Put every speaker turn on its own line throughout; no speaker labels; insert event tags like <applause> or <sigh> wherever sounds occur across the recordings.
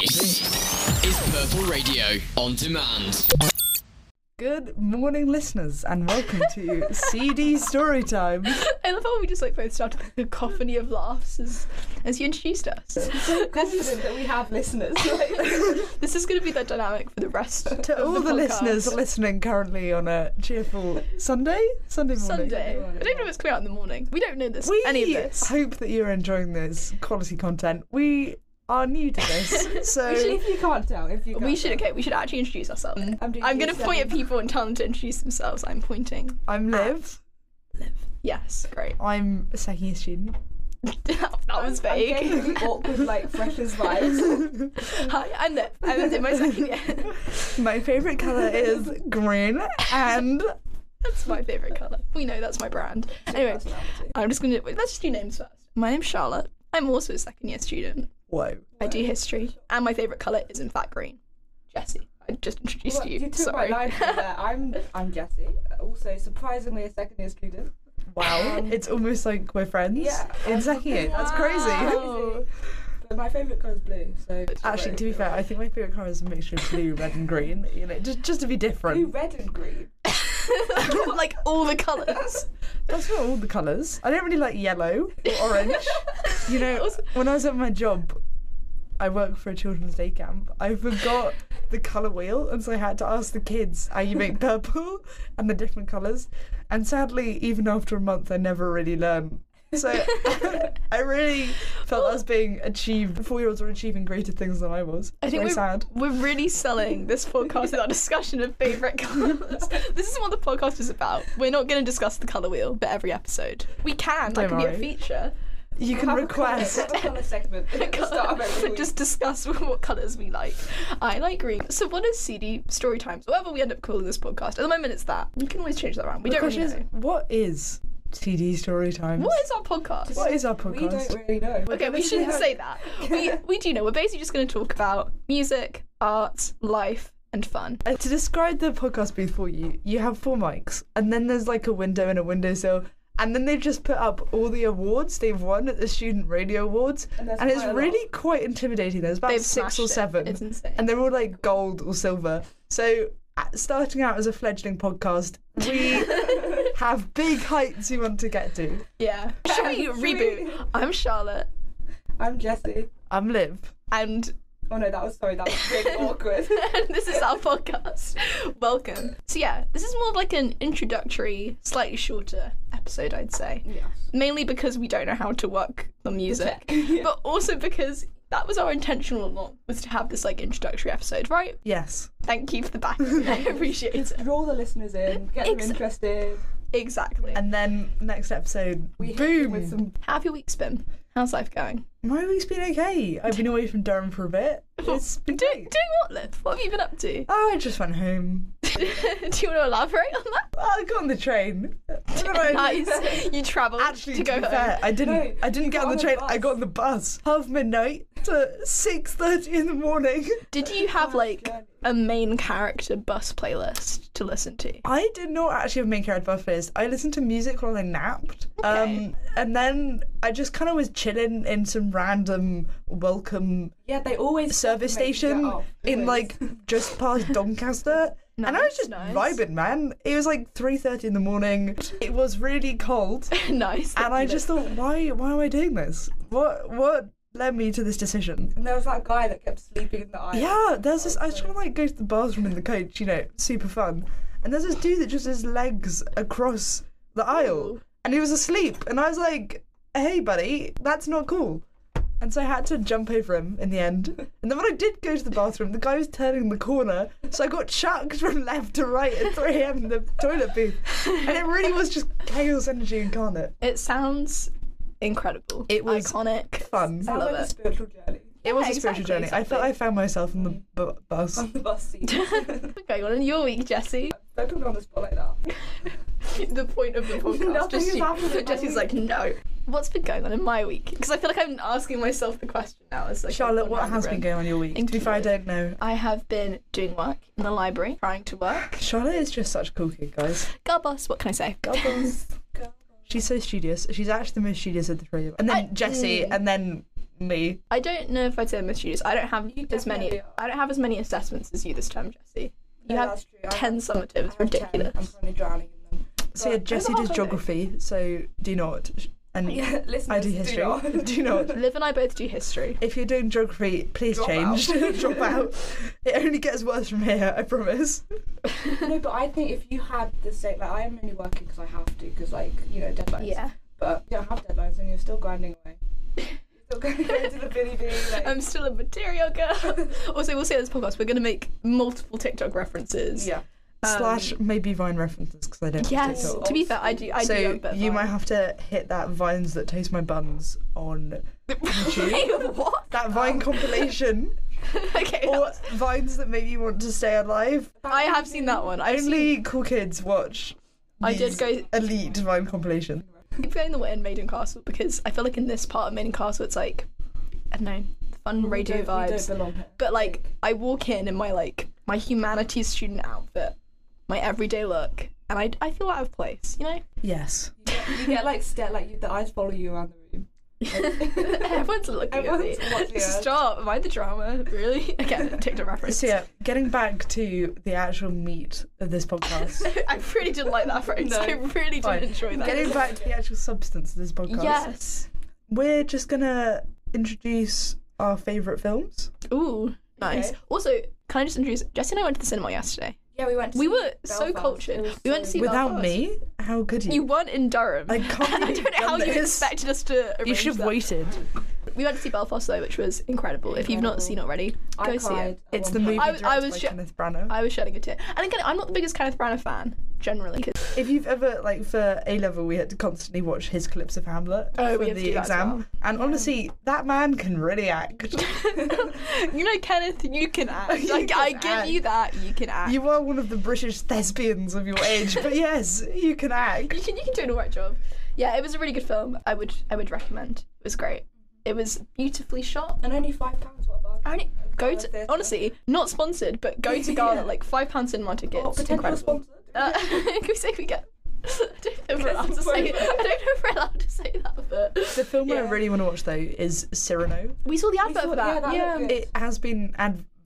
This is Purple Radio on demand.
Good morning, listeners, and welcome to CD
<laughs>
Storytime.
I love how we just like both started with a cacophony of laughs as, as you introduced us. <laughs> this is
that we
<laughs>
have listeners.
this is going to be the dynamic for the rest of
To all the,
podcast.
listeners listening currently on a cheerful Sunday, Sunday morning.
Sunday. I don't know if it's coming out in the morning. We don't know this.
We
any of this.
hope that you're enjoying this quality content. We are new to
<laughs>
this, so
if you can't tell, if you can't
We should okay. We should actually introduce ourselves.
I'm, doing
I'm going to
Tuesday.
point at people and tell them to introduce themselves. I'm pointing.
I'm Liv.
Yes, great. <laughs>
I'm a second year student.
that was
I'm getting
vague.
really awkward, like freshers
<laughs>
vibes.
Hi, I'm Liv. I'm in my second year. <laughs>
My favourite colour is green, and
that's my favorite color. We know that's my brand. Anyway, I'm just going to let's just do names first. My name's Charlotte. I'm also a second year student.
whoa,
I do history, and my favourite colour is in fact green. Jesse, I just introduced
Well,
you.
you took
Sorry.
my line from there. I'm I'm Jessie. Also, surprisingly, a second year student.
wow! It's almost like we're friends
Yeah.
in second year. That's crazy.
Crazy. But my favourite colour is blue. So
Actually, to be fair, I think my favourite colour is a mixture of blue, red, and green. You know, just just to be
blue, <laughs>
different.
red, and green.
<laughs> like all the colours.
That's not all the colours. I don't really like yellow or orange. you know, when I was at my job, I work for a children's day camp. I forgot the colour wheel, and so I had to ask the kids how you make purple and the different colours. And sadly, even after a month, I never really learned. So <laughs> I really felt I was being achieved. Four year olds were achieving greater things than I was.
I think
Very
we're,
sad.
we're really selling this podcast with our discussion of favourite colours. this is what the podcast is about. We're not going to discuss the colour wheel for every episode. We can.
Don't
that can
worry.
be a feature.
You can
Have a colour-
request.
have a colour segment
<laughs>
at the start of every week.
Just discuss <laughs> what colours we like. I like green. So what is CD story times? Whatever we end up calling this podcast. At the moment, it's that. We can always change that around. We
The
don't
question
really know.
is, what is TD story time?
What is our podcast?
what is our
we don't
podcast?
really know.
Okay, we shouldn't say that.
<laughs>
We we do know. We're basically just going to talk about music, arts, life, and fun.
Uh, to describe the podcast booth for you, you have four mics, and then there's like a window and a windowsill, and then they've just put up all the awards they've won at the Student Radio Awards, and,
And
it's
there's quite a lot.
really quite intimidating. There's about
They've
six or
smashed it.
seven,
It's insane.
and they're all like gold or silver. So, uh, starting out as a fledgling podcast,
<laughs>
we have big heights we want to get to.
Yeah. Should we
Should we-
reboot? I'm Charlotte,
I'm Jessie.
I'm Liv.
and <laughs>
Oh no, that was sorry. That was really awkward.
this is our podcast. Welcome. So yeah, this is more of like an introductory, slightly shorter episode, I'd say.
Yes.
mainly because we don't know how to work the music,
<laughs>
but also because that was our intention all along was to have this like introductory episode, right?
Yes.
Thank you for
<laughs>
the back. I appreciate it.
Draw the listeners in. Get them
Ex-
interested.
Exactly.
And then next episode,
We hit them
boom.
with some
How have your weeks been? How's life going?
My week's been okay. I've been away from Durham for a bit.
<laughs>
It's been
Doing,
great.
doing what, Liv? What have you been up to? <laughs>
Oh, I just went home.
Do you want to elaborate on
<laughs>
that?
Oh, I got on the train.
<laughs>
nice. You travelled
Actually,
to go
be
home.
fair, I didn't.
No,
I didn't
you
get
got
on the
on a
train. I
bus.
got on the bus half midnight to six thirty in the morning. <laughs>
Did you
Oh,
have like
journey.
a main character bus playlist to listen to? <laughs>
I did not actually have main character buffers. I listened to music while I napped. Um,
Okay.
and then I just kind of was chilling in some random welcome
Yeah, they always
service
make you get
station
off,
in
because-
like
<laughs>
just past Doncaster. and I was
Nice,
just
nice.
vibing, man. It was like three thirty in the morning. It was really cold,
nice.
and I just thought, why, why am I doing this? What, what led me to this decision?
And there was that guy that kept sleeping in the aisle.
Yeah, there's this. I was trying to like go to the bathroom in the coach, you know, super fun. And there's this dude that just has legs across the aisle,
Ooh.
and he was asleep. And I was like, hey, buddy, that's not cool. And so I had to jump over him in the
<laughs>
end. And then when I did go to the bathroom, the guy was turning the corner. So I got chucked from left to right at 3 a.m. in the toilet booth. And it really was just chaos energy incarnate.
it sounds incredible.
It was
iconic.
Fun.
Sounds
love
like
it.
a spiritual journey
It was
Yeah,
a spiritual journey.
exactly,
I felt
exactly.
I found myself on the bu- bus.
on the bus
<laughs>
<laughs> seat.
What's going on in your week,
<laughs>
Jesse?
Don't put me on the spot like that.
<laughs> the point <laughs> of the podcast.
Nothing
Jesse-
is happening in my
Jesse's like,
week.
no. What's been going on in my week? Because I feel like I'm asking myself the question now. It's like
Charlotte,
I've
what
gone
has been
round the
going
room.
on your week?
Thank
to be
you.
fair, I don't know.
I have been doing work in the library, trying to work.
Charlotte is just such a cool kid, guys.
Girl boss, what can I say? Girl
She's so studious. She's actually the most studious of the three of them. And then
I-
Jessie,
mm.
and then me.
<laughs> I don't know if I'd say I'm a student. I don't have
You
as many.
definitely are.
I don't have as many assessments as you this term, Jesse. You
No,
have
that's true. I
ten
I
summatives.
have 10.
ridiculous.
I'm currently drowning in them.
So yeah,
Right.
Jesse
That's
did
halfway
geography, so do not. And
<laughs> Yeah, listeners,
I do history.
<laughs>
not.
<laughs> Do not.
Liv and I both do
<laughs>
history.
If you're doing geography, please
Drop
change.
out.
<laughs> Drop out. It only gets worse from here, I promise.
<laughs> No, but I think if you had the same, like I am only working because I have to, because like you know
<laughs>
deadlines.
Yeah.
But you don't have deadlines, and you're still grinding
<laughs>
away. You're still <laughs> going to the billy billy. Like,
I'm still a material girl. also, we'll see on this podcast. We're going to make multiple TikTok references.
yeah.
Um,
Slash maybe Vine references because I don't. have
Yes.
TikTok.
To be fair, I do. I
so
do. love a bit of
you might
Vine.
have to hit that vines that taste my buns on
<laughs> Wait, what?
that Vine compilation
okay.
or
that's-
vines that make you want to stay alive.
I have seen that one. I've seen-
Only cool kids watch.
I did
these
go-
elite Vine compilation.
keep going the way in Maiden Castle because I feel like in this part of Maiden Castle it's like I don't know, fun
We
radio
don't- we don't
vibes.
belong here.
But like I walk in in my like my humanities student outfit, my everyday look, and I I feel out of place, you know.
Yes.
you get like stare, like you, the eyes follow you around the room.
<laughs> Everyone's looking
Everyone's
at
watching
me.
us.
Stop! Am I the drama?
<laughs>
Really? Again, TikTok reference.
So yeah, getting back to the actual meat of this podcast.
<laughs> <laughs> I really didn't like that phrase.
No,
I really
fine.
didn't enjoy that.
getting back to the actual substance of this podcast.
yes.
We're just gonna introduce our favourite films.
Ooh, nice.
Okay.
Also, can I just introduce? Jesse and I went to the cinema yesterday.
Yeah, we went. To
We
see
were so
Belfast.
cultured.
It was
We went to
so
see
good.
Without
Belfast.
me, how could you?
You weren't in Durham.
I can't
<laughs> I
believe
don't know
you've
how
done
you
this.
expected us to.
You
arrange
should have
that.
waited.
We went to see Belfast though, which was incredible. If you've not seen already,
I
go see
cried
it.
at
It's
one
the
point.
movie
I was-
directed
I was
by
ju-
Kenneth Branagh.
I was shedding a tear. And again, I'm not the biggest Kenneth Branagh fan generally.
<laughs>
'cause- <laughs>
if you've ever like for A level, we had to constantly watch his clips of Hamlet
Oh,
for
we had to
the
do that as
exam,
well.
and honestly, that man can really act.
you know, Kenneth, you can act.
You
Like
can
I give
act.
you that, you can act. You,
you are one of the British thespians of your age, <laughs> but yes, you can act.
can <laughs> you can do an alright job. Yeah, it was a really good film. I would I would recommend. It was great. It was beautifully shot.
And only five pounds. What a bargain.
Only go
Gala
to
theatre.
honestly not sponsored, but go
<laughs>
to Gala
Yeah.
like five pounds cinema tickets.
Oh, potential
Incredible.
sponsor.
Uh, <laughs> can we say we get? <laughs> I don't know if we're allowed to say. I
Get some
don't know if we're allowed to say that,
<laughs>
but
The film I
Yeah.
really want to watch though is Cyrano. Um,
we saw the advert
saw-
for that.
yeah, that
Yeah,
looked good.
It has been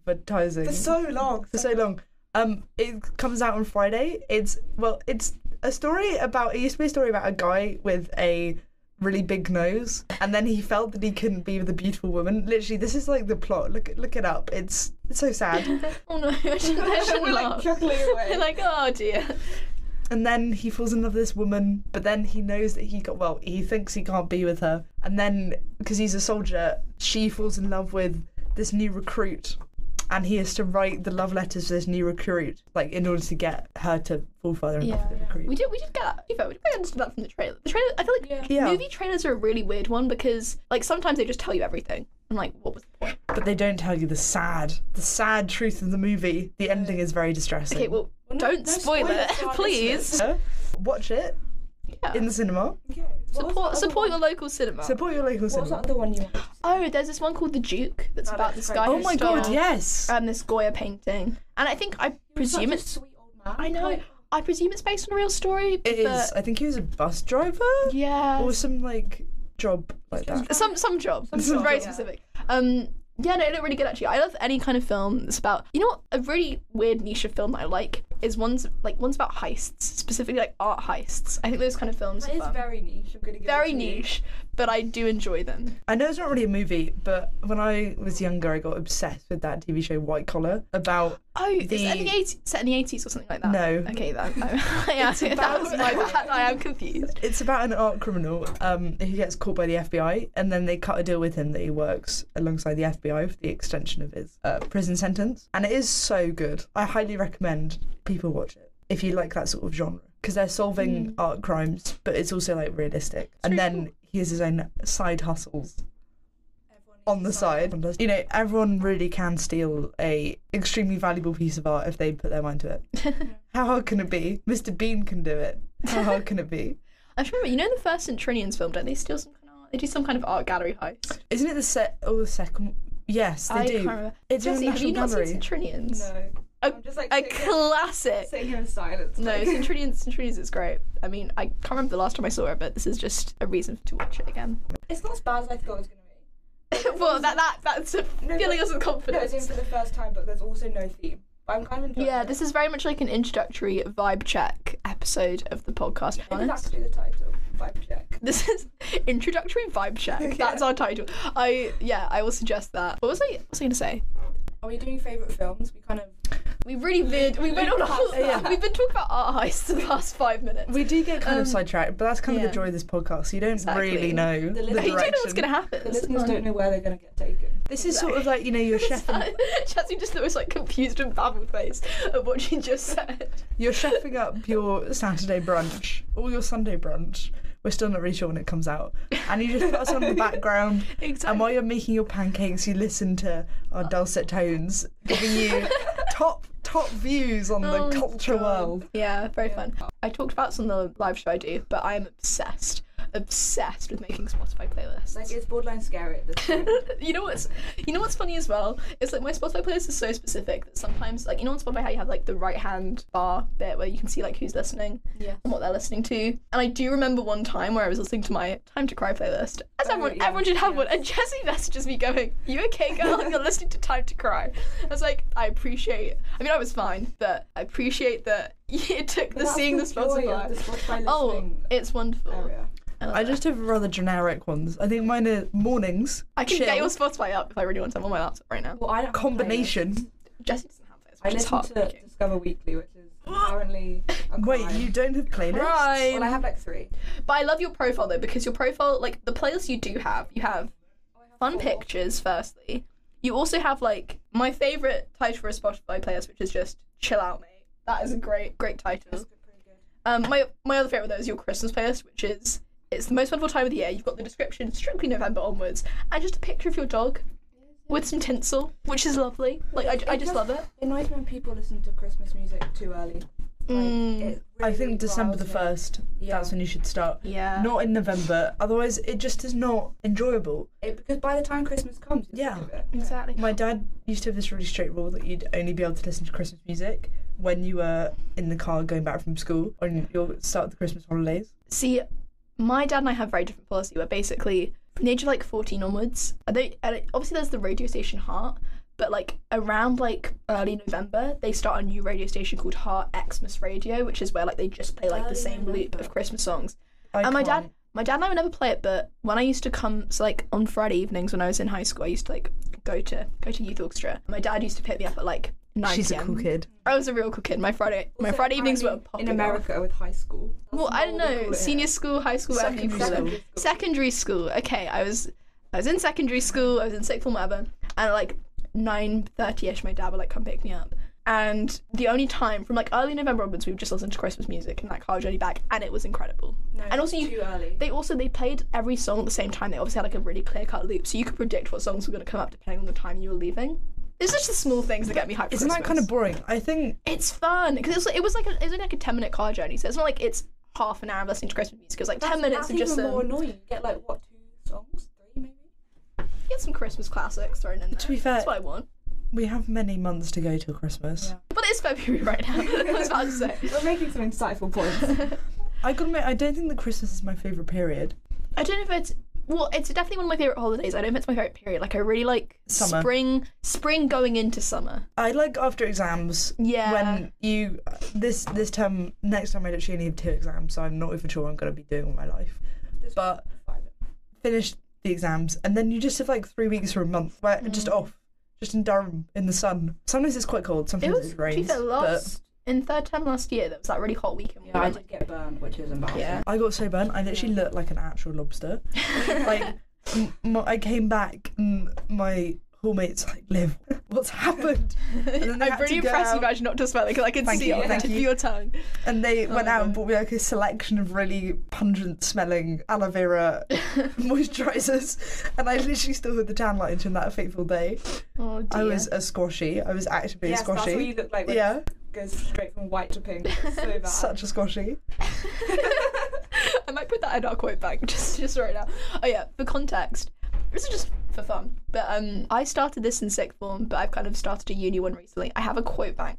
advertising
for so long.
Oh, for
<laughs>
so long. Um, it comes out on Friday. It's well, it's a story about it used to be a story about a guy with a really big nose, and then he felt that he couldn't be with a beautiful woman. Literally, this is like the plot. Look, look it up. It's it's so sad.
oh no, <laughs> I shouldn't,
<laughs>
I
We're
shouldn't
like
laugh.
chuckling away.
They're like, oh dear.
And then he falls in love with this woman, but then he knows that he got well. He thinks he can't be with her, and then because he's a soldier, she falls in love with this new recruit, and he has to write the love letters to this new recruit, like in order to get her to fall further in love
Yeah,
with the recruit.
We did. We did get that. We did understood that from the trailer. The trailer. I feel like
Yeah.
Yeah.
movie trailers are a really weird one because like sometimes they just tell you everything. I'm like, what was the point?
But they don't tell you the sad, the sad truth of the movie. The ending is very distressing.
Okay, well,
Well, no-
don't
no
spoil it,
spoilers for our
please.
So, watch it
Yeah.
in the cinema.
Okay.
Support
What was the other
support your
one-
local cinema.
Support your local
What was
cinema.
that other one you wanted?
oh, there's this one called The Duke that's
Oh,
about
that's
this
great.
guy.
Oh
who
my
stole-
god, yes.
um, this Goya painting, and I think I presume
Such a
it's.
sweet old man.
I know.
Like,
I presume it's based on a real story.
it
but
is. I think he was a bus driver
Yeah.
or some like job like that.
Some some job. This is
job,
very
yeah.
specific. Um. Yeah, no, it looked really good actually. I love any kind of film that's about you know what a really weird niche of film that I like is ones like ones about heists specifically like art heists. I think those kind of films
That
are
is
fun.
very niche. I'm gonna give
very
it to you.
niche, but I do enjoy them.
I know it's not really a movie, but when I was younger, I got obsessed with that TV show White Collar about
Oh, is
The-
that in the 80s, set in the eighties or something like that?
No.
Okay,
<laughs>
then. <laughs> yeah,
It's about-
that was my bad. I am confused.
It's about an art criminal um, who gets caught by the FBI, and then they cut a deal with him that he works alongside the FBI for the extension of his uh, prison sentence. And it is so good. I highly recommend people watch it if you like that sort of genre because they're solving art crimes, but Mm. it's also like realistic. and then he has his own side hustles
Everyone
on the
needs
side. You know, everyone really can steal a extremely valuable piece of art if they put their mind to <laughs> it. How hard can it be? Mr. Bean can do it. How hard can it be?
I just remember, you know, in the first Centurions film, don't they steal some kind of art? They do some kind of art gallery heist.
Isn't it the set or the second? Yes, they
I
do.
can't remember.
It's in
Jesse,
the
have you
National
not seen
Gallery.
Centurions?
No.
A-
I'm just like
A
sitting here,
classic.
sitting here in silence.
No,
like- <laughs>
Centurions, Centurions is great. I mean, I can't remember the last time I saw it, but this is just a reason to watch it again.
It's not as bad as I thought <laughs> it was gonna be.
well, that that that's a
No,
feeling
but-
us with
No, it's in
confidence.
for the first time, but there's also no theme. But I'm kind of enjoying
yeah,
it.
this is very much like an introductory vibe check episode of the podcast. to be
It is
honest.
actually the title. Vibe check.
This is <laughs> introductory vibe check. That's our title. I yeah, I will suggest that. What was I? What was I gonna say?
Are we doing favourite films? We kind of.
We really veered. We went on. A, <laughs> We've been talking about art heists the last five minutes. <laughs>
We do get kind
Um,
of sidetracked, but that's kind of
yeah.
the joy of this podcast. You don't
Exactly.
really know the,
<laughs>
listeners-
you
direction.
don't know what's gonna happen.
The
It's
listeners
fun. <laughs>
don't know where they're going to get taken.
This is sort of like you know your chef. and-
Chelsea just the most like confused and baffled face of what she just said.
You're chefing up your Saturday brunch or your Sunday brunch. We're still not really sure when it comes out. And you just put us on the background.
<laughs> Exactly. Oh.
And while you're making your pancakes, you listen to our dulcet tones giving you
<laughs>
top top views on
Oh my
the culture
God.
world.
Yeah, very fun. I talked about this on the live show I do, but I'm obsessed, obsessed with making Spotify playlists.
Like, it's borderline scary
<laughs>
at this point.
you know what's you know what's funny as well? It's like my Spotify playlist is so specific that sometimes like you know on Spotify how you have like the right hand bar bit where you can see like who's listening
Yeah.
and what they're listening to. And I do remember one time where I was listening to my Time to Cry playlist. As
Oh,
everyone
yeah,
everyone should have
yeah.
one and Jesse messages me going, You okay girl? You're listening to Time to Cry. I was like, I appreciate I mean I was fine, but I appreciate that <laughs> it took the
That's
seeing the
joy of
Spotify.
the Spotify
Oh,
listening
it's wonderful.
area.
love
I
it.
just have rather generic ones. I think mine are mornings.
I can
chill,
get your Spotify up if I really want to. I'm on my laptop right now.
Well, I don't have a
combination.
Jesse doesn't have this,
playlist. I
which is
listen to
heartbreaking.
Discover Weekly, which is
Ah.
apparently. A
Wait,
crime.
you don't have playlists?
Well, I have like three.
But I love your profile though because your profile, like the playlist you do have, you have fun pictures. Firstly, you also have like my favorite title for a Spotify playlist, which is just "Chill Out Mate." That is a great, great title. Um, my my other favorite though is your Christmas playlist, which is it's the most wonderful time of the year. You've got the description strictly November onwards, and just a picture of your dog with some tinsel, which is lovely. Like I, I just love it.
It annoys me when people listen to Christmas music too early. Like,
Mm.
it really,
I
really
think December the
riles me.
1st,
Yeah.
that's when you should start.
Yeah.
Not in November, otherwise, it just is not enjoyable.
It- because by the time Christmas comes, it's
Yeah.
over.
Exactly.
My dad used to have this really strict rule that you'd only be able to listen to Christmas music when you were in the car going back from school on your start of the Christmas holidays.
See, my dad and I have very different policy where basically from the age of like 14 onwards, I don't, I don't- obviously there's the radio station Heart, but like around like early November, they start a new radio station called Heart Xmas Radio, which is where like they just play like the
Early
same loop
November.
of Christmas songs.
I
and my
can't-
dad, my dad and I would never play it, but when I used to come, so like on Friday evenings when I was in high school, I used to like go to go to youth orchestra. My dad used to pick me up at like 9
She's a
PM.
cool kid.
I was a real cool kid. My Friday, my
Also,
Friday evenings were
apparently
popping
in
off.
America with high school. That's
Well, I don't
not what we
know.
call it
Senior school, high school, whatever you call
Secondary
it.
school.
Secondary school. Okay, I was, I was in secondary school. I was in sixth form, whatever. And at, like nine thirty-ish, my dad would like come pick me up. And the only time from like early November onwards, we would just listen to Christmas music and that car journey back, and it was incredible.
No,
and also,
it's
you,
too early.
they also they played every song at the same time. They obviously had like a really clear-cut loop, so you could predict what songs were going to come up depending on the time you were leaving. It's just the small things that get me hyped. for
Isn't that kind
Christmas
of boring? I think
it's fun because it was, it was like a, it was only like a ten minute car journey, so it's not like it's half an hour of listening to Christmas music. It was like ten minutes
That's
of just um,
even more
some,
annoying. You get like what two songs, three maybe.
get some Christmas classics thrown in there.
be fair-
that's what I want.
we have many months to go till Christmas.
But it's February right now. <laughs> I was about to say.
<laughs>
We're making some insightful <laughs> points.
I gotta admit, I don't think that Christmas is my favourite period.
I don't know if it's well, it's definitely one of my favorite holidays. I don't know if it's my favorite period. Like I really like
Summer.
spring, spring going into summer.
I like after exams.
Yeah.
When you this this term next time I literally only have two exams, so I'm not even sure what I'm gonna be doing with my life. But finish the exams, and then you just have like three weeks or a month where
Mm.
just off, just in Durham in the sun. Sometimes it's quite cold.
It
Sometimes it,
was to be
rains.
fair,
But
last in third term last year. There was that really hot weekend.
yeah, I did get burned, which is embarrassing.
yeah.
I got so burnt. I literally looked like an actual
<laughs>
lobster. like m- my, I came back, and my hallmates like, "Liv, what's happened?" <laughs> And
<laughs>
then they
I'm
had
really
to go
impressed you
out.
managed not to smell it because I can
Thank
see
you,
it on the <laughs>
thank
tip of
you.
your tongue.
And they went
Oh my
out and
God.
bought me like a selection of really pungent smelling aloe vera moisturisers. And I literally still had the tan lines from that fateful day.
Oh dear.
I was a squashy. I was actively
Yes,
a squashy.
that's what you look like. When yeah.
yeah,
Goes straight from white to pink. It's so bad.
such a squashy.
<laughs> I might put that in our quote bank <laughs> just just right now. Oh yeah, for context, this is just for fun. But um, I started this in sixth form, but I've kind of started a uni one recently. I have a quote bank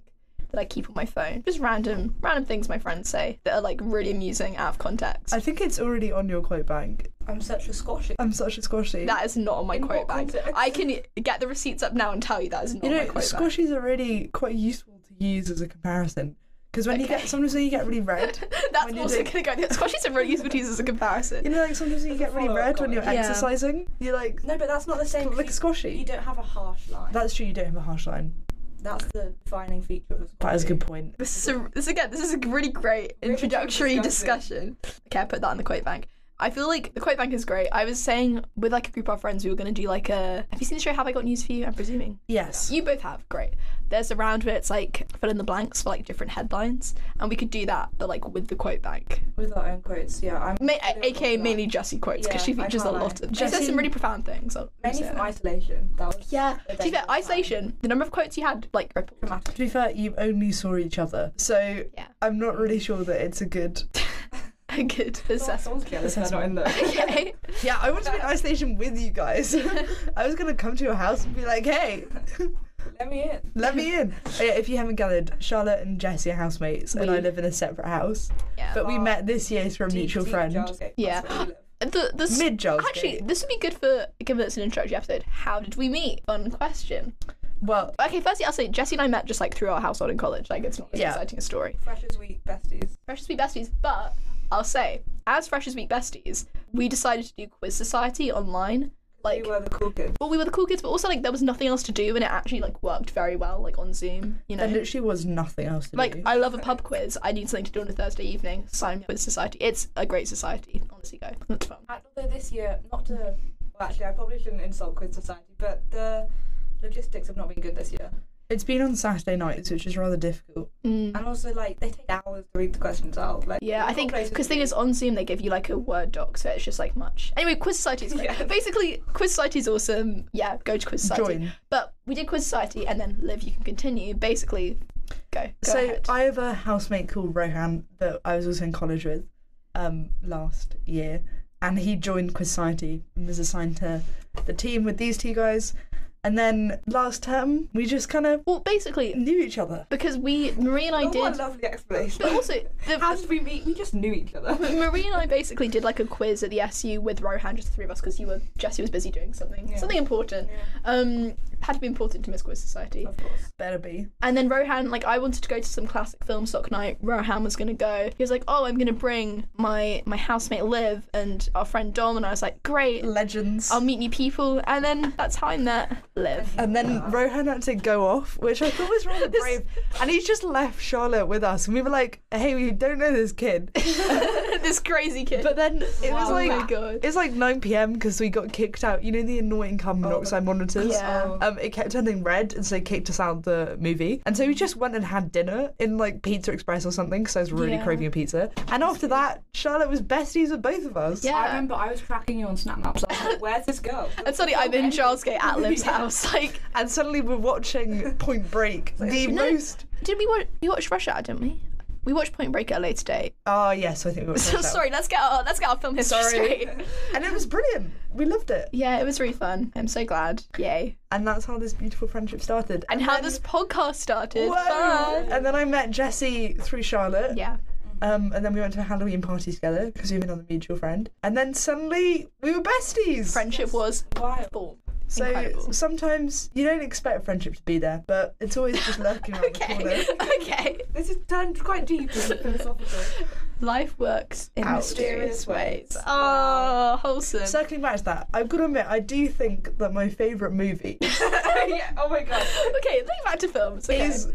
that I keep on my phone. Just random, random things my friends say that are like really amusing out of context.
I think it's already on your quote bank.
I'm such a Scottish.
I'm such a squashy.
that is not on my
In
quote
what
bank.
context?
I can get the receipts up now and tell you that is not
you
on
know,
my quote bank.
squashies are really quite useful to use as a comparison because when you
Okay.
get sometimes when you get really red,
That's
when you do-
also going to go. there. Squashies are really useful to use as a comparison.
you know, like sometimes when you get really
follow-up
red when you're
comment. Yeah.
exercising, you're like
No, but that's not the same. 'cause
like a
you- You
squashy.
don't have a harsh line.
That's true. You don't have a harsh line.
That's the defining feature of a squashy.
That is a good point.
This is a, this again. This is a really great
Really good
introductory
discussion.
discussion. Okay, I put that in the quote bank. I feel like the quote bank is great. I was saying with like a group of friends, we were gonna do like a. Have you seen the show Have I Got News for You? I'm presuming
Yes.
you both have. Great. There's a round where it's like fill in the blanks for like different headlines, and we could do that, but like with the quote bank,
With our own quotes, yeah. I'm
Ma-
I don't
aka
love that.
mainly Jessie quotes because
Yeah,
she
I
features a
can't
lot
lie.
of. She says
Jessie-
some really profound things. I'll
mainly
say
from
that.
isolation. That was
Yeah.
the
To be fair,
dangerous
isolation. The number of quotes you had like rippled.
time.
To be fair, you only saw each other, so
Yeah.
I'm not really sure that it's a good.
A <laughs> good assessment.
Someone's jealous they're not in there.
<laughs> Okay.
Yeah, I want to be in isolation with you
<laughs>
guys. <laughs> I was gonna come to your house and be like, hey, <laughs>
Let me in.
let me in. Oh, yeah, if you haven't gathered, Charlotte and Jessie are housemates, and I
We-
live in a separate house.
<laughs> Yeah.
But we
Wow.
met this year through a mutual
Deep
friend.
jars, okay, that's
Yeah.
where we live.
the, the s-
Mid Giles.
Actually, this would be good for given it's an introductory episode. How did we meet? Fun question.
well,
Okay, firstly, I'll say Jesse and I met just like through our household in college. Like, it's not as
Yeah.
exciting a story.
Freshers week besties.
Freshers Week besties, but I'll say as Freshers Week besties, we decided to do Quiz Society online. Like,
we were the cool kids.
well, we were the cool kids, but also like there was nothing else to do, and it actually like worked very well, like on Zoom. You know,
there literally was nothing else to
like
do.
I love a pub quiz. I need something to do on a Thursday evening. Sign me up with Society. It's a great society. Honestly, go. That's fun.
Although this year, not to. Well, actually, I probably shouldn't insult Quiz Society, but the logistics have not been good this year.
It's been on Saturday nights, which is rather difficult.
Mm.
And also, like, they take hours to read the questions out. Like,
Yeah, I think because thing is on Zoom they give you like a Word doc, so it's just like much. Anyway, Quiz Society
<laughs>
is great.
Yeah.
Basically, Quiz Society is awesome. Yeah, go to Quiz Society.
Join.
But we did Quiz Society, and then Liv, you can continue. Basically, go. go
so
ahead.
I have a housemate called Rohan that I was also in college with um, last year, and he joined Quiz Society and was assigned to the team with these two guys. And then last term, we just kind of
well, basically,
knew each other.
because we Marie and I
Oh, what a
did,
lovely explanation.
<laughs> but also the,
<laughs> How did we meet? We just knew each <laughs> other.
Marie and I basically did like a quiz at the SU with Rohan, just the three of us, because you were Jesse was busy doing something,
Yeah.
something important. Um, had to be important to Miss Quiz Society.
Of course.
Better be.
And then Rohan, like I wanted to go to some classic film stock night. Rohan was gonna go. He was like, "Oh, I'm gonna bring my my housemate Liv and our friend Dom." And I was like, "Great,
Legends.
I'll meet new people." And then that's how I met Liv. <laughs>
and then Rohan had to go off, which I thought was rather
This-
brave. And he's just left Charlotte with us, and we were like, "Hey, we don't know this
<laughs>
kid."
this crazy kid.
But then it was
oh
like
my god.
It's like 9 p.m. because we got kicked out. You know the annoying carbon monoxide monitors.
Yeah.
Oh.
Um, it kept turning red, and so they kicked us out the movie. And so we just went and had dinner in like Pizza Express or something because I was really
Yeah.
craving a pizza. And after that, Charlotte was besties with both of us.
Yeah.
I remember I was tracking you on Snap Maps. I was like, <laughs> where's this girl?
And suddenly I'm in Charles Gate
<laughs>
at Liv's house. Like,
And suddenly we're
<laughs>
watching Point Break, the
No. <laughs>
most.
did we watch? We watched Rush Hour, didn't we? We watched Point Break at a later <laughs> date.
Oh yes, I think we were.
So sorry. Let's get our let's get our film history
Sorry. <laughs>
straight.
And it was brilliant. We loved it.
Yeah, it was really fun. I'm so glad. Yay.
And that's how this beautiful friendship started.
And, how
then-
this podcast started.
Whoa!
Fun.
And then I met Jesse through Charlotte.
Yeah.
Um, and then we went to a Halloween party together because we've been on a mutual friend. And then suddenly we were besties.
friendship was
Wild.
born.
so
incredible.
sometimes you don't expect friendship to be there, but it's always
<laughs>
just lurking around the corner.
<laughs> Okay. okay.
This has turned quite deep <laughs> and philosophical.
Life works in
Out.
mysterious ways.
Wow.
Oh, wholesome. <laughs>
Circling back to that, I've got to admit, I do think that my favourite movie
<laughs> yeah, oh my <laughs> god.
okay, think back to films. Okay.
is,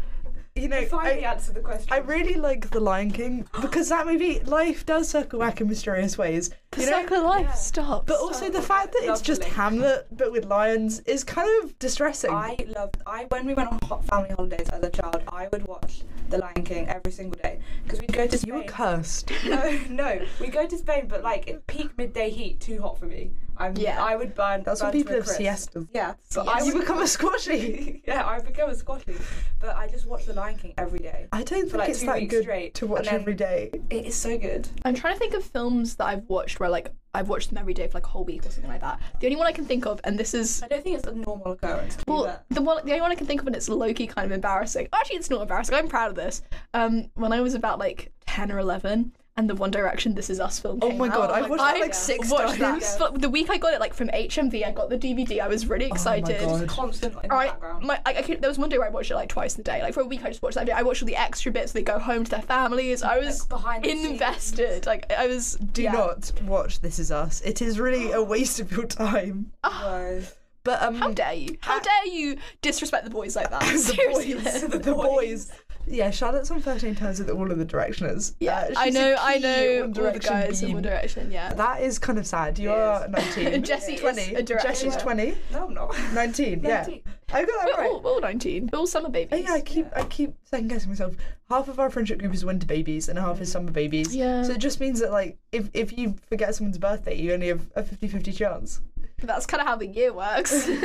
you know,
Finally
I,
answered the question.
I really like The Lion
<gasps>
King because that movie, life does circle back in mysterious ways.
the
you know?
circle of life stops.
But <laughs> also the fact that it's just
Lovely.
Hamlet but with lions is kind of distressing.
I loved. I when we went on hot family holidays as a child, I would watch The Lion King every single day because we'd go to Spain. <laughs>
you were cursed.
no, no, we go to Spain, but like in peak midday heat, too hot for me. I'm,
Yeah.
I would burn.
That's
burn
what people
to a
have
crisp.
siestas.
Yeah, but I
Yes.
You
would.
become a squatty.
<laughs> yeah, I've become a squatty, but I just watch The Lion King every day.
I don't think
like,
it's
two
that
weeks
good
straight,
to watch
and then-
every day.
It is so good.
I'm trying to think of films that I've watched where like I've watched them every day for like a whole week or something like that. The only one I can think of, and this is
I don't think it's a normal occurrence. To do
well,
that.
the one, the only one I can think of, and it's low key kind of embarrassing. oh, Actually, it's not embarrassing. I'm proud of this. Um, when I was about like ten or eleven, and the One Direction This Is Us film.
Oh
came
my
out,
god,
Oh
I
my
watched
God,
that
yeah.
like six
watched that.
times.
<laughs>
Oh
But the week I got it like from HMV, I got the DVD. I was really excited.
God.
constant in
All
the
right,
<laughs> background.
my, I, I could, there was one day where I watched it like twice a day. Like for a week, I just watched that. Video. I watched all the extra bits. They go home to their families. I was
Like, behind the scenes.
invested. Like I was.
Do
yeah.
not watch This Is Us. It is really
<gasps>
a waste of your time.
Was-
But um,
How dare you? How dare you disrespect the
<laughs>
boys like that? Seriously.
the, boys, the boys. Yeah, Charlotte's on 13 times with all of the directioners.
Yeah,
Uh,
I
she's a
know, I
key
know
One
all the
Direction
guys in
beam.
One Direction. Yeah.
That is kind of sad. You
It
are
<laughs>
is.
19.
Jesse is
20.
a director.
Jesse's 20.
no, I'm not. <laughs>
19, yeah.
19.
I got that
We're
right.
all, we're all 19. We're all summer
Oh,
babies.
yeah, I keep I keep second guessing myself. Half of our friendship group is winter babies and half is summer babies.
Mm. Yeah.
So it just means that like if, if you forget someone's birthday, you only have a 50-50 chance.
That's kind of how the
<laughs>
year works. <laughs>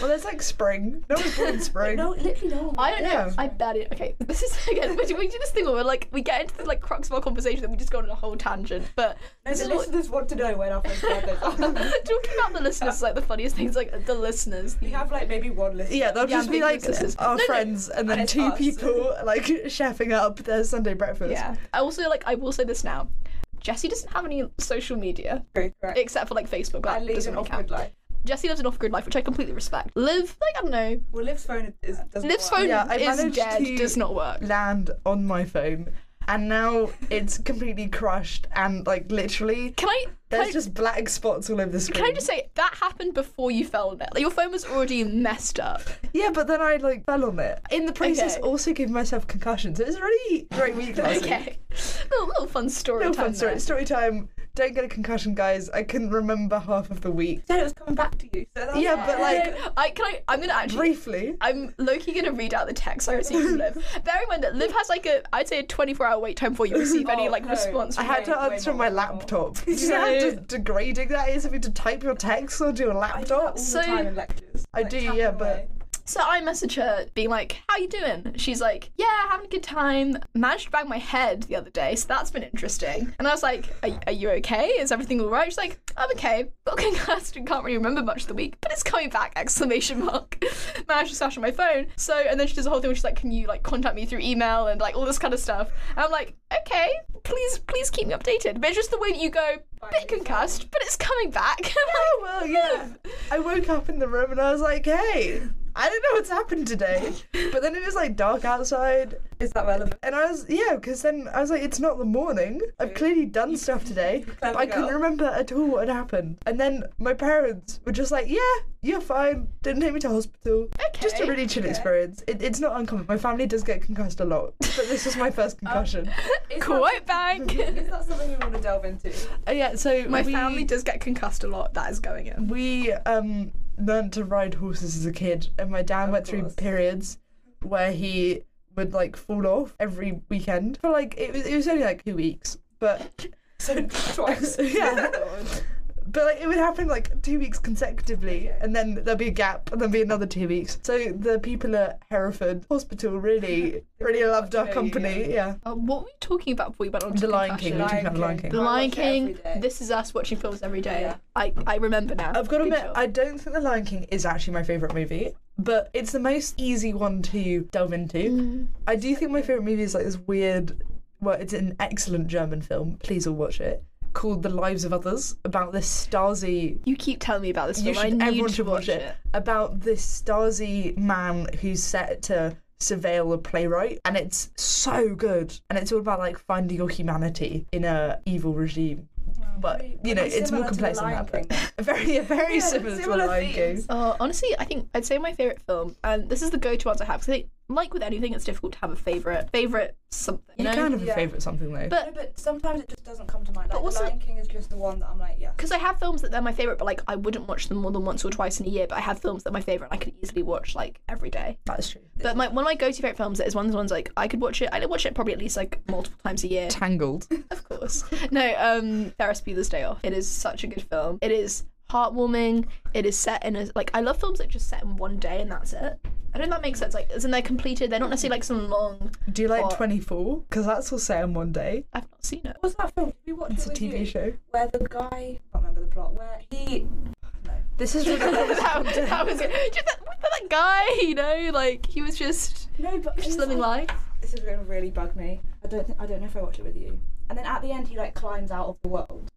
Well, there's like spring. No one's born in spring.
No, literally no. one
I don't know.
Yeah.
I bet it. Okay, this is <laughs> again. We do, we do this thing where we're like we get into the like crux of our conversation, then we just go on a whole tangent. But
No,
this
the
is what,
listeners want to know when our first
<laughs>
<laughs> birthdays are.
talking
<laughs>
about the listeners is like the funniest thing is like the listeners.
We have like maybe one listener.
Yeah, they'll
Yeah,
just be like
ambiguous is-
our
<laughs> No, no.
friends, and then
it's
two
us.
people <laughs> like chefing up their Sunday breakfast.
yeah. I also like I will say this now. Jesse doesn't have any social media
Great, great.
except for like Facebook.
I
That
lead
doesn't
an
really
off good
count.
life.
Jesse lives an off-grid life, which I completely respect. Live like I don't know.
Well, Liv's phone is doesn't
Liv's
work.
phone
Yeah, I
is
managed
dead.
to-
Does not work.
Land on my phone, and now it's completely crushed and like literally.
Can I? Can
There's
I,
just black spots all over the screen.
can I just say that happened before you fell on it? Like your phone was already messed up.
Yeah, but then I like fell on it. In the process,
Okay.
also gave myself concussions. It was a really great week last week.
Okay, little, little fun story
No
time.
fun story.
there.
Story time. Don't get a concussion, guys. I couldn't remember half of the week.
Said it was coming back to you. So that's
Yeah,
fine.
but like
I can I I'm gonna actually
briefly.
I'm Loki gonna read out the text I received from Liv.
<laughs>
Bear in mind that Liv has like a I'd say a 24 hour wait time before you receive any
Oh,
like
no.
response.
I
From
had
Way-
to
way
answer on
more
my
than normal.
laptop. Do you know how
So-
de- degrading that is having to type your text onto your
<laughs> I do that all
laptop?
the
So-
time in lectures.
I
Like,
do,
tapping
yeah, but-
away.
so I message her being like, "How you doing?" She's like, "Yeah, having a good time. Managed to bang my head the other day, so that's been interesting." And I was like, "Are, are you okay? Is everything all right?" She's like, "I'm okay. Got <laughs> concussed and can't really remember much of the week, but it's coming back!" Exclamation mark. <laughs> Managed to stash on my phone. So and then she does a whole thing where she's like, "Can you like contact me through email and like all this kind of stuff?" And I'm like, "Okay, please, please keep me updated." But it's just the way that you go, bit concussed, but it's coming back. <laughs> I'm like,
well, yeah. I woke up in the room and I was like, hey, I don't know what's happened today. But then it was like dark outside.
is that relevant?
And I was, yeah, because then I was like, it's not the morning. I've clearly
<laughs>
done stuff today. But
clever
I couldn't
girl.
remember at all what had happened. And then my parents were just like, yeah, you're fine. Didn't take me to hospital. Just a
<laughs> Okay.
really chill experience. It, it's not uncommon. My family does get concussed a lot. But this
<laughs>
was my first
Oh.
concussion.
Quote
<laughs>
back.
Is that something we want to delve into?
Uh, yeah, so
My
we,
family does get concussed a lot. That is going in.
We um learned to ride horses as a kid, and my dad went through
course.
periods where he would like fall off every weekend for like it was it was only like two weeks, but
So <laughs>
<laughs>
twice. <laughs> Oh,
yeah. But like, it would happen like two weeks consecutively,
Okay.
and then there'd be a gap, and there'd be another two weeks. So the people at Hereford Hospital really, really loved our
Yeah,
company. Yeah,
Uh, what were we talking about before we went on to
The Lion
concussion?
King. We're talking about The Lion King.
The Lion King.
This
This is us watching films every day.
Yeah.
I, I remember now.
I've got to
Good
admit,
job.
I don't think The Lion King is actually my favorite movie, but it's the most easy one to delve into. I do think my favorite movie is like this weird. Well, it's an excellent German film. Please all watch it. Called The Lives of Others about this Stasi.
you keep telling me about this
You
film. I
should.
need
Everyone
to
should watch it. About this Stasi man who's set to surveil a playwright, and it's so good. And it's all about like finding your humanity in a evil regime. But you know, it's more complex than that. But <laughs> very, very
Yeah,
similar to
similar
The Lion King.
themes.
Uh, honestly, I think I'd say my favorite film, and this is the go-to answer I have. 'cause I think, like with anything, it's difficult to have a favorite favorite something.
You can have a
Yeah.
favourite something though.
But-
No, but sometimes it just doesn't come to mind. Like,
also-
the Lion King is just the one that I'm like, yeah.
Because I have films that they're my favorite, but like I wouldn't watch them more than once or twice in a year. But I have films that are my favorite, and I could easily watch like every day.
that's true.
But my one of my go-to favorite films is one of the ones like I could watch it. I watch it probably at least like multiple times
<laughs>
a year.
Tangled.
<laughs> Of course. No, um, Ferris Bueller's Day Off. It is such a good film. It is heartwarming. It is set in a like I love films that just set in one day and that's it. I don't know if that makes sense. Like, isn't they completed? They're not necessarily like some long.
Do you like
What?
24? Because that's all set in one day.
I've not seen it. <laughs>
What's that film? Did we watch
It's
it
a
with
TV
you?
show.
Where the guy, I can't remember the plot, where he, <sighs> no.
This
<laughs>
is <laughs> ridiculous.
that, that was good. Just that, remember that guy, you know, like he was just
No, but
he was
he's
just living
like-
life.
This is going to really bug me. I don't, think, I don't know if I watched it with you. And then at the end, he like climbs out of the world.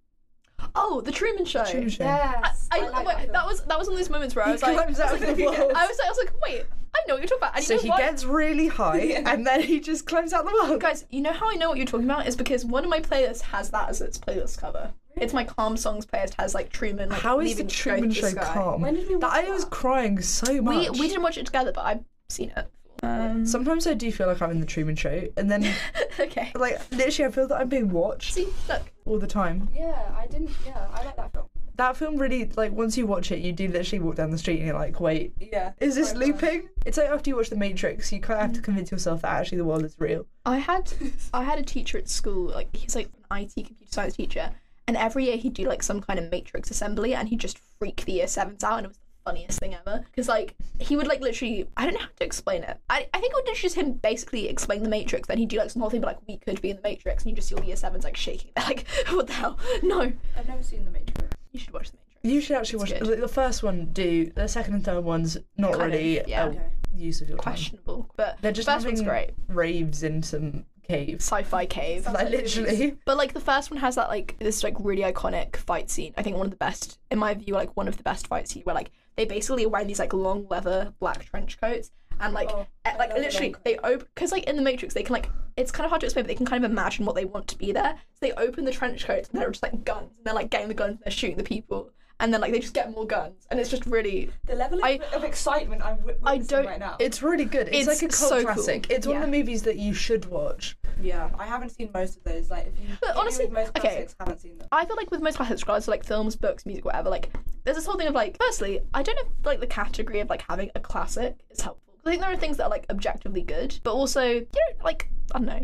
Oh, the Truman Show.
Truman Show.
I,
Yes.
I, wait, that, was that was one of those moments where I was like,
climbs out
I was
of
like,
the world.
I was like, I was like, wait, <laughs> I know what you're talking about. And you
So
know
he
what?
gets really high and then he just climbs out the world.
guys. You know how I know what you're talking about is because one of my playlists has that as its playlist cover. It's my calm songs playlist has like Truman. Like,
How is the
leaving Earth
Truman
to
Show
Sky.
calm?
When did we
That
watch
I was crying so
We
much.
we didn't watch it together, but I've seen it. Um,
Sometimes I do feel like I'm in the Truman Show, and then
<laughs> okay.
like literally, I feel that I'm being watched
See, look,
all the time.
Yeah, I didn't, yeah, I like that film.
That film really like once you watch it, you do literally walk down the street and you're like, wait,
Yeah.
is this
Sorry, sorry.
looping? It's like after you watch The Matrix, you kind of have
Mm.
to convince yourself that actually the world is real. <laughs>
I had I had a teacher at school, like he's like an IT computer science teacher, and every year he'd do like some kind of matrix assembly and he'd just freak the year sevens out and it was the funniest thing ever. Because like he would like literally I don't know how to explain it. I, I think it would just him basically explain the matrix, then he'd do like some whole thing but like we could be in the matrix and you just see all the year sevens like shaking. <laughs> They're like, What the hell? No.
I've never seen The Matrix.
You should watch the matrix.
You should actually
It's
watch it.
good.
Like, the first one. Do the second and third ones not
Kind of,
really
yeah.
a
Okay.
use of your time.
Questionable. But
They're just
first one's
having-
great.
Raves in some caves,
Sci fi cave.
like literally.
But like the first one has that like this like really iconic fight scene. I think one of the best, in my view, like one of the best fight scenes where like they basically are wearing these like long leather black trench coats and like
Oh,
eh,
I
like
love a
literally
long
they open because like in the Matrix they can like it's kind of hard to explain but they can kind of imagine what they want to be there. So they open the trench coats and they're just like guns and they're like getting the guns and they're shooting the people and then like they just get more guns and it's just really
The level of,
I-
of excitement I'm wi-
I
witnessing
don't-
right now.
It's really good. It's,
It's
like a cult
so cool.
classic. It's one of
Yeah.
the movies that you should watch.
yeah, I haven't seen most of those. Like, if you, hit me
honestly,
with most
okay.
classics, haven't seen them.
I feel like with most classics, regards to like films, books, music, whatever, like there's this whole thing of like, firstly, I don't know if like the category of like having a classic is helpful. 'Cause I think there are things that are like objectively good, but also you don't like I don't know.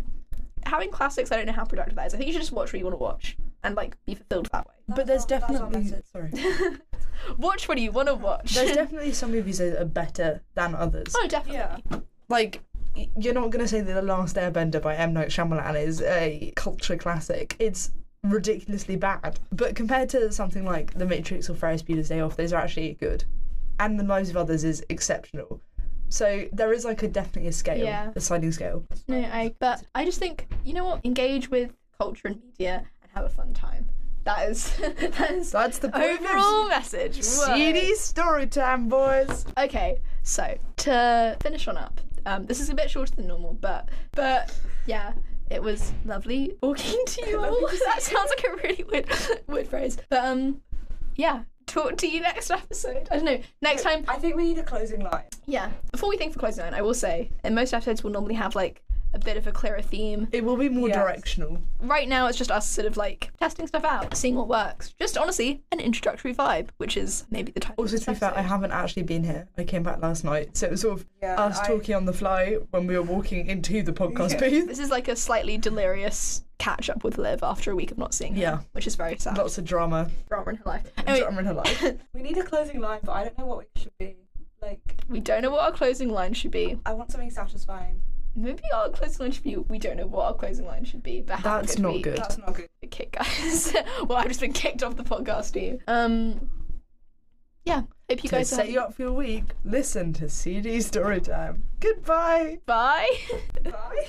Having classics, I don't know how productive that is. I think you should just watch what you want to watch and like be fulfilled that way. <laughs>
but there's
our- that's our
definitely
message.
sorry.
Watch what you want to watch. <laughs>
There's definitely some movies that are better than others.
oh, definitely.
Yeah.
Like y- you're not gonna say that The Last Airbender by M Night Shyamalan is a culture classic. It's ridiculously bad. But compared to something like The Matrix or Ferris Bueller's Day Off, those are actually good. And The Lives of Others is exceptional. So there is like a definitely a scale,
Yeah.
a sliding scale.
No, I. But I just think you know what? Engage with culture and media and have a fun time. That is <laughs> that is
That's the point of
overall message. Whoa.
CD story time, boys.
Okay, so to finish on up, um, this is a bit shorter than normal, but but yeah, it was lovely talking to you all. <laughs> that sounds like a really weird <laughs> weird phrase, but um, yeah. Talk to you next episode. I don't know. Next time,
I think we need a closing line.
yeah. Before we think for closing line, I will say, in most episodes, we'll normally have like a bit of a clearer theme.
It will be more
Yes.
directional.
Right now, it's just us sort of like testing stuff out, seeing what works. Just honestly, an introductory vibe, which is maybe the title. of
Also,
this
to be fair, I
episode.
haven't actually been here. I came back last night, so it was sort of
Yeah,
us
I-
talking on the fly when we were walking into the podcast
<laughs> Yeah.
booth.
This is like a slightly delirious catch up with Liv after a week of not seeing her,
Yeah.
which is very sad.
Lots of drama,
drama in her life. Anyway,
drama in her
<laughs>
life.
We need a closing line, but I don't know what it should be. Like,
we don't know what our closing line should be.
I want something satisfying.
Maybe our closing line should be we don't know what our closing line should be, but how
That's
could
not
we-
good.
That's not good.
Okay, guys. <laughs> well, I've just been kicked off the podcast team. Um, yeah. Hope you
To
guys are
set you
having-
up for your week, listen to CD story time. Goodbye.
Bye. <laughs>
Bye.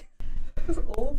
<laughs> That's awful.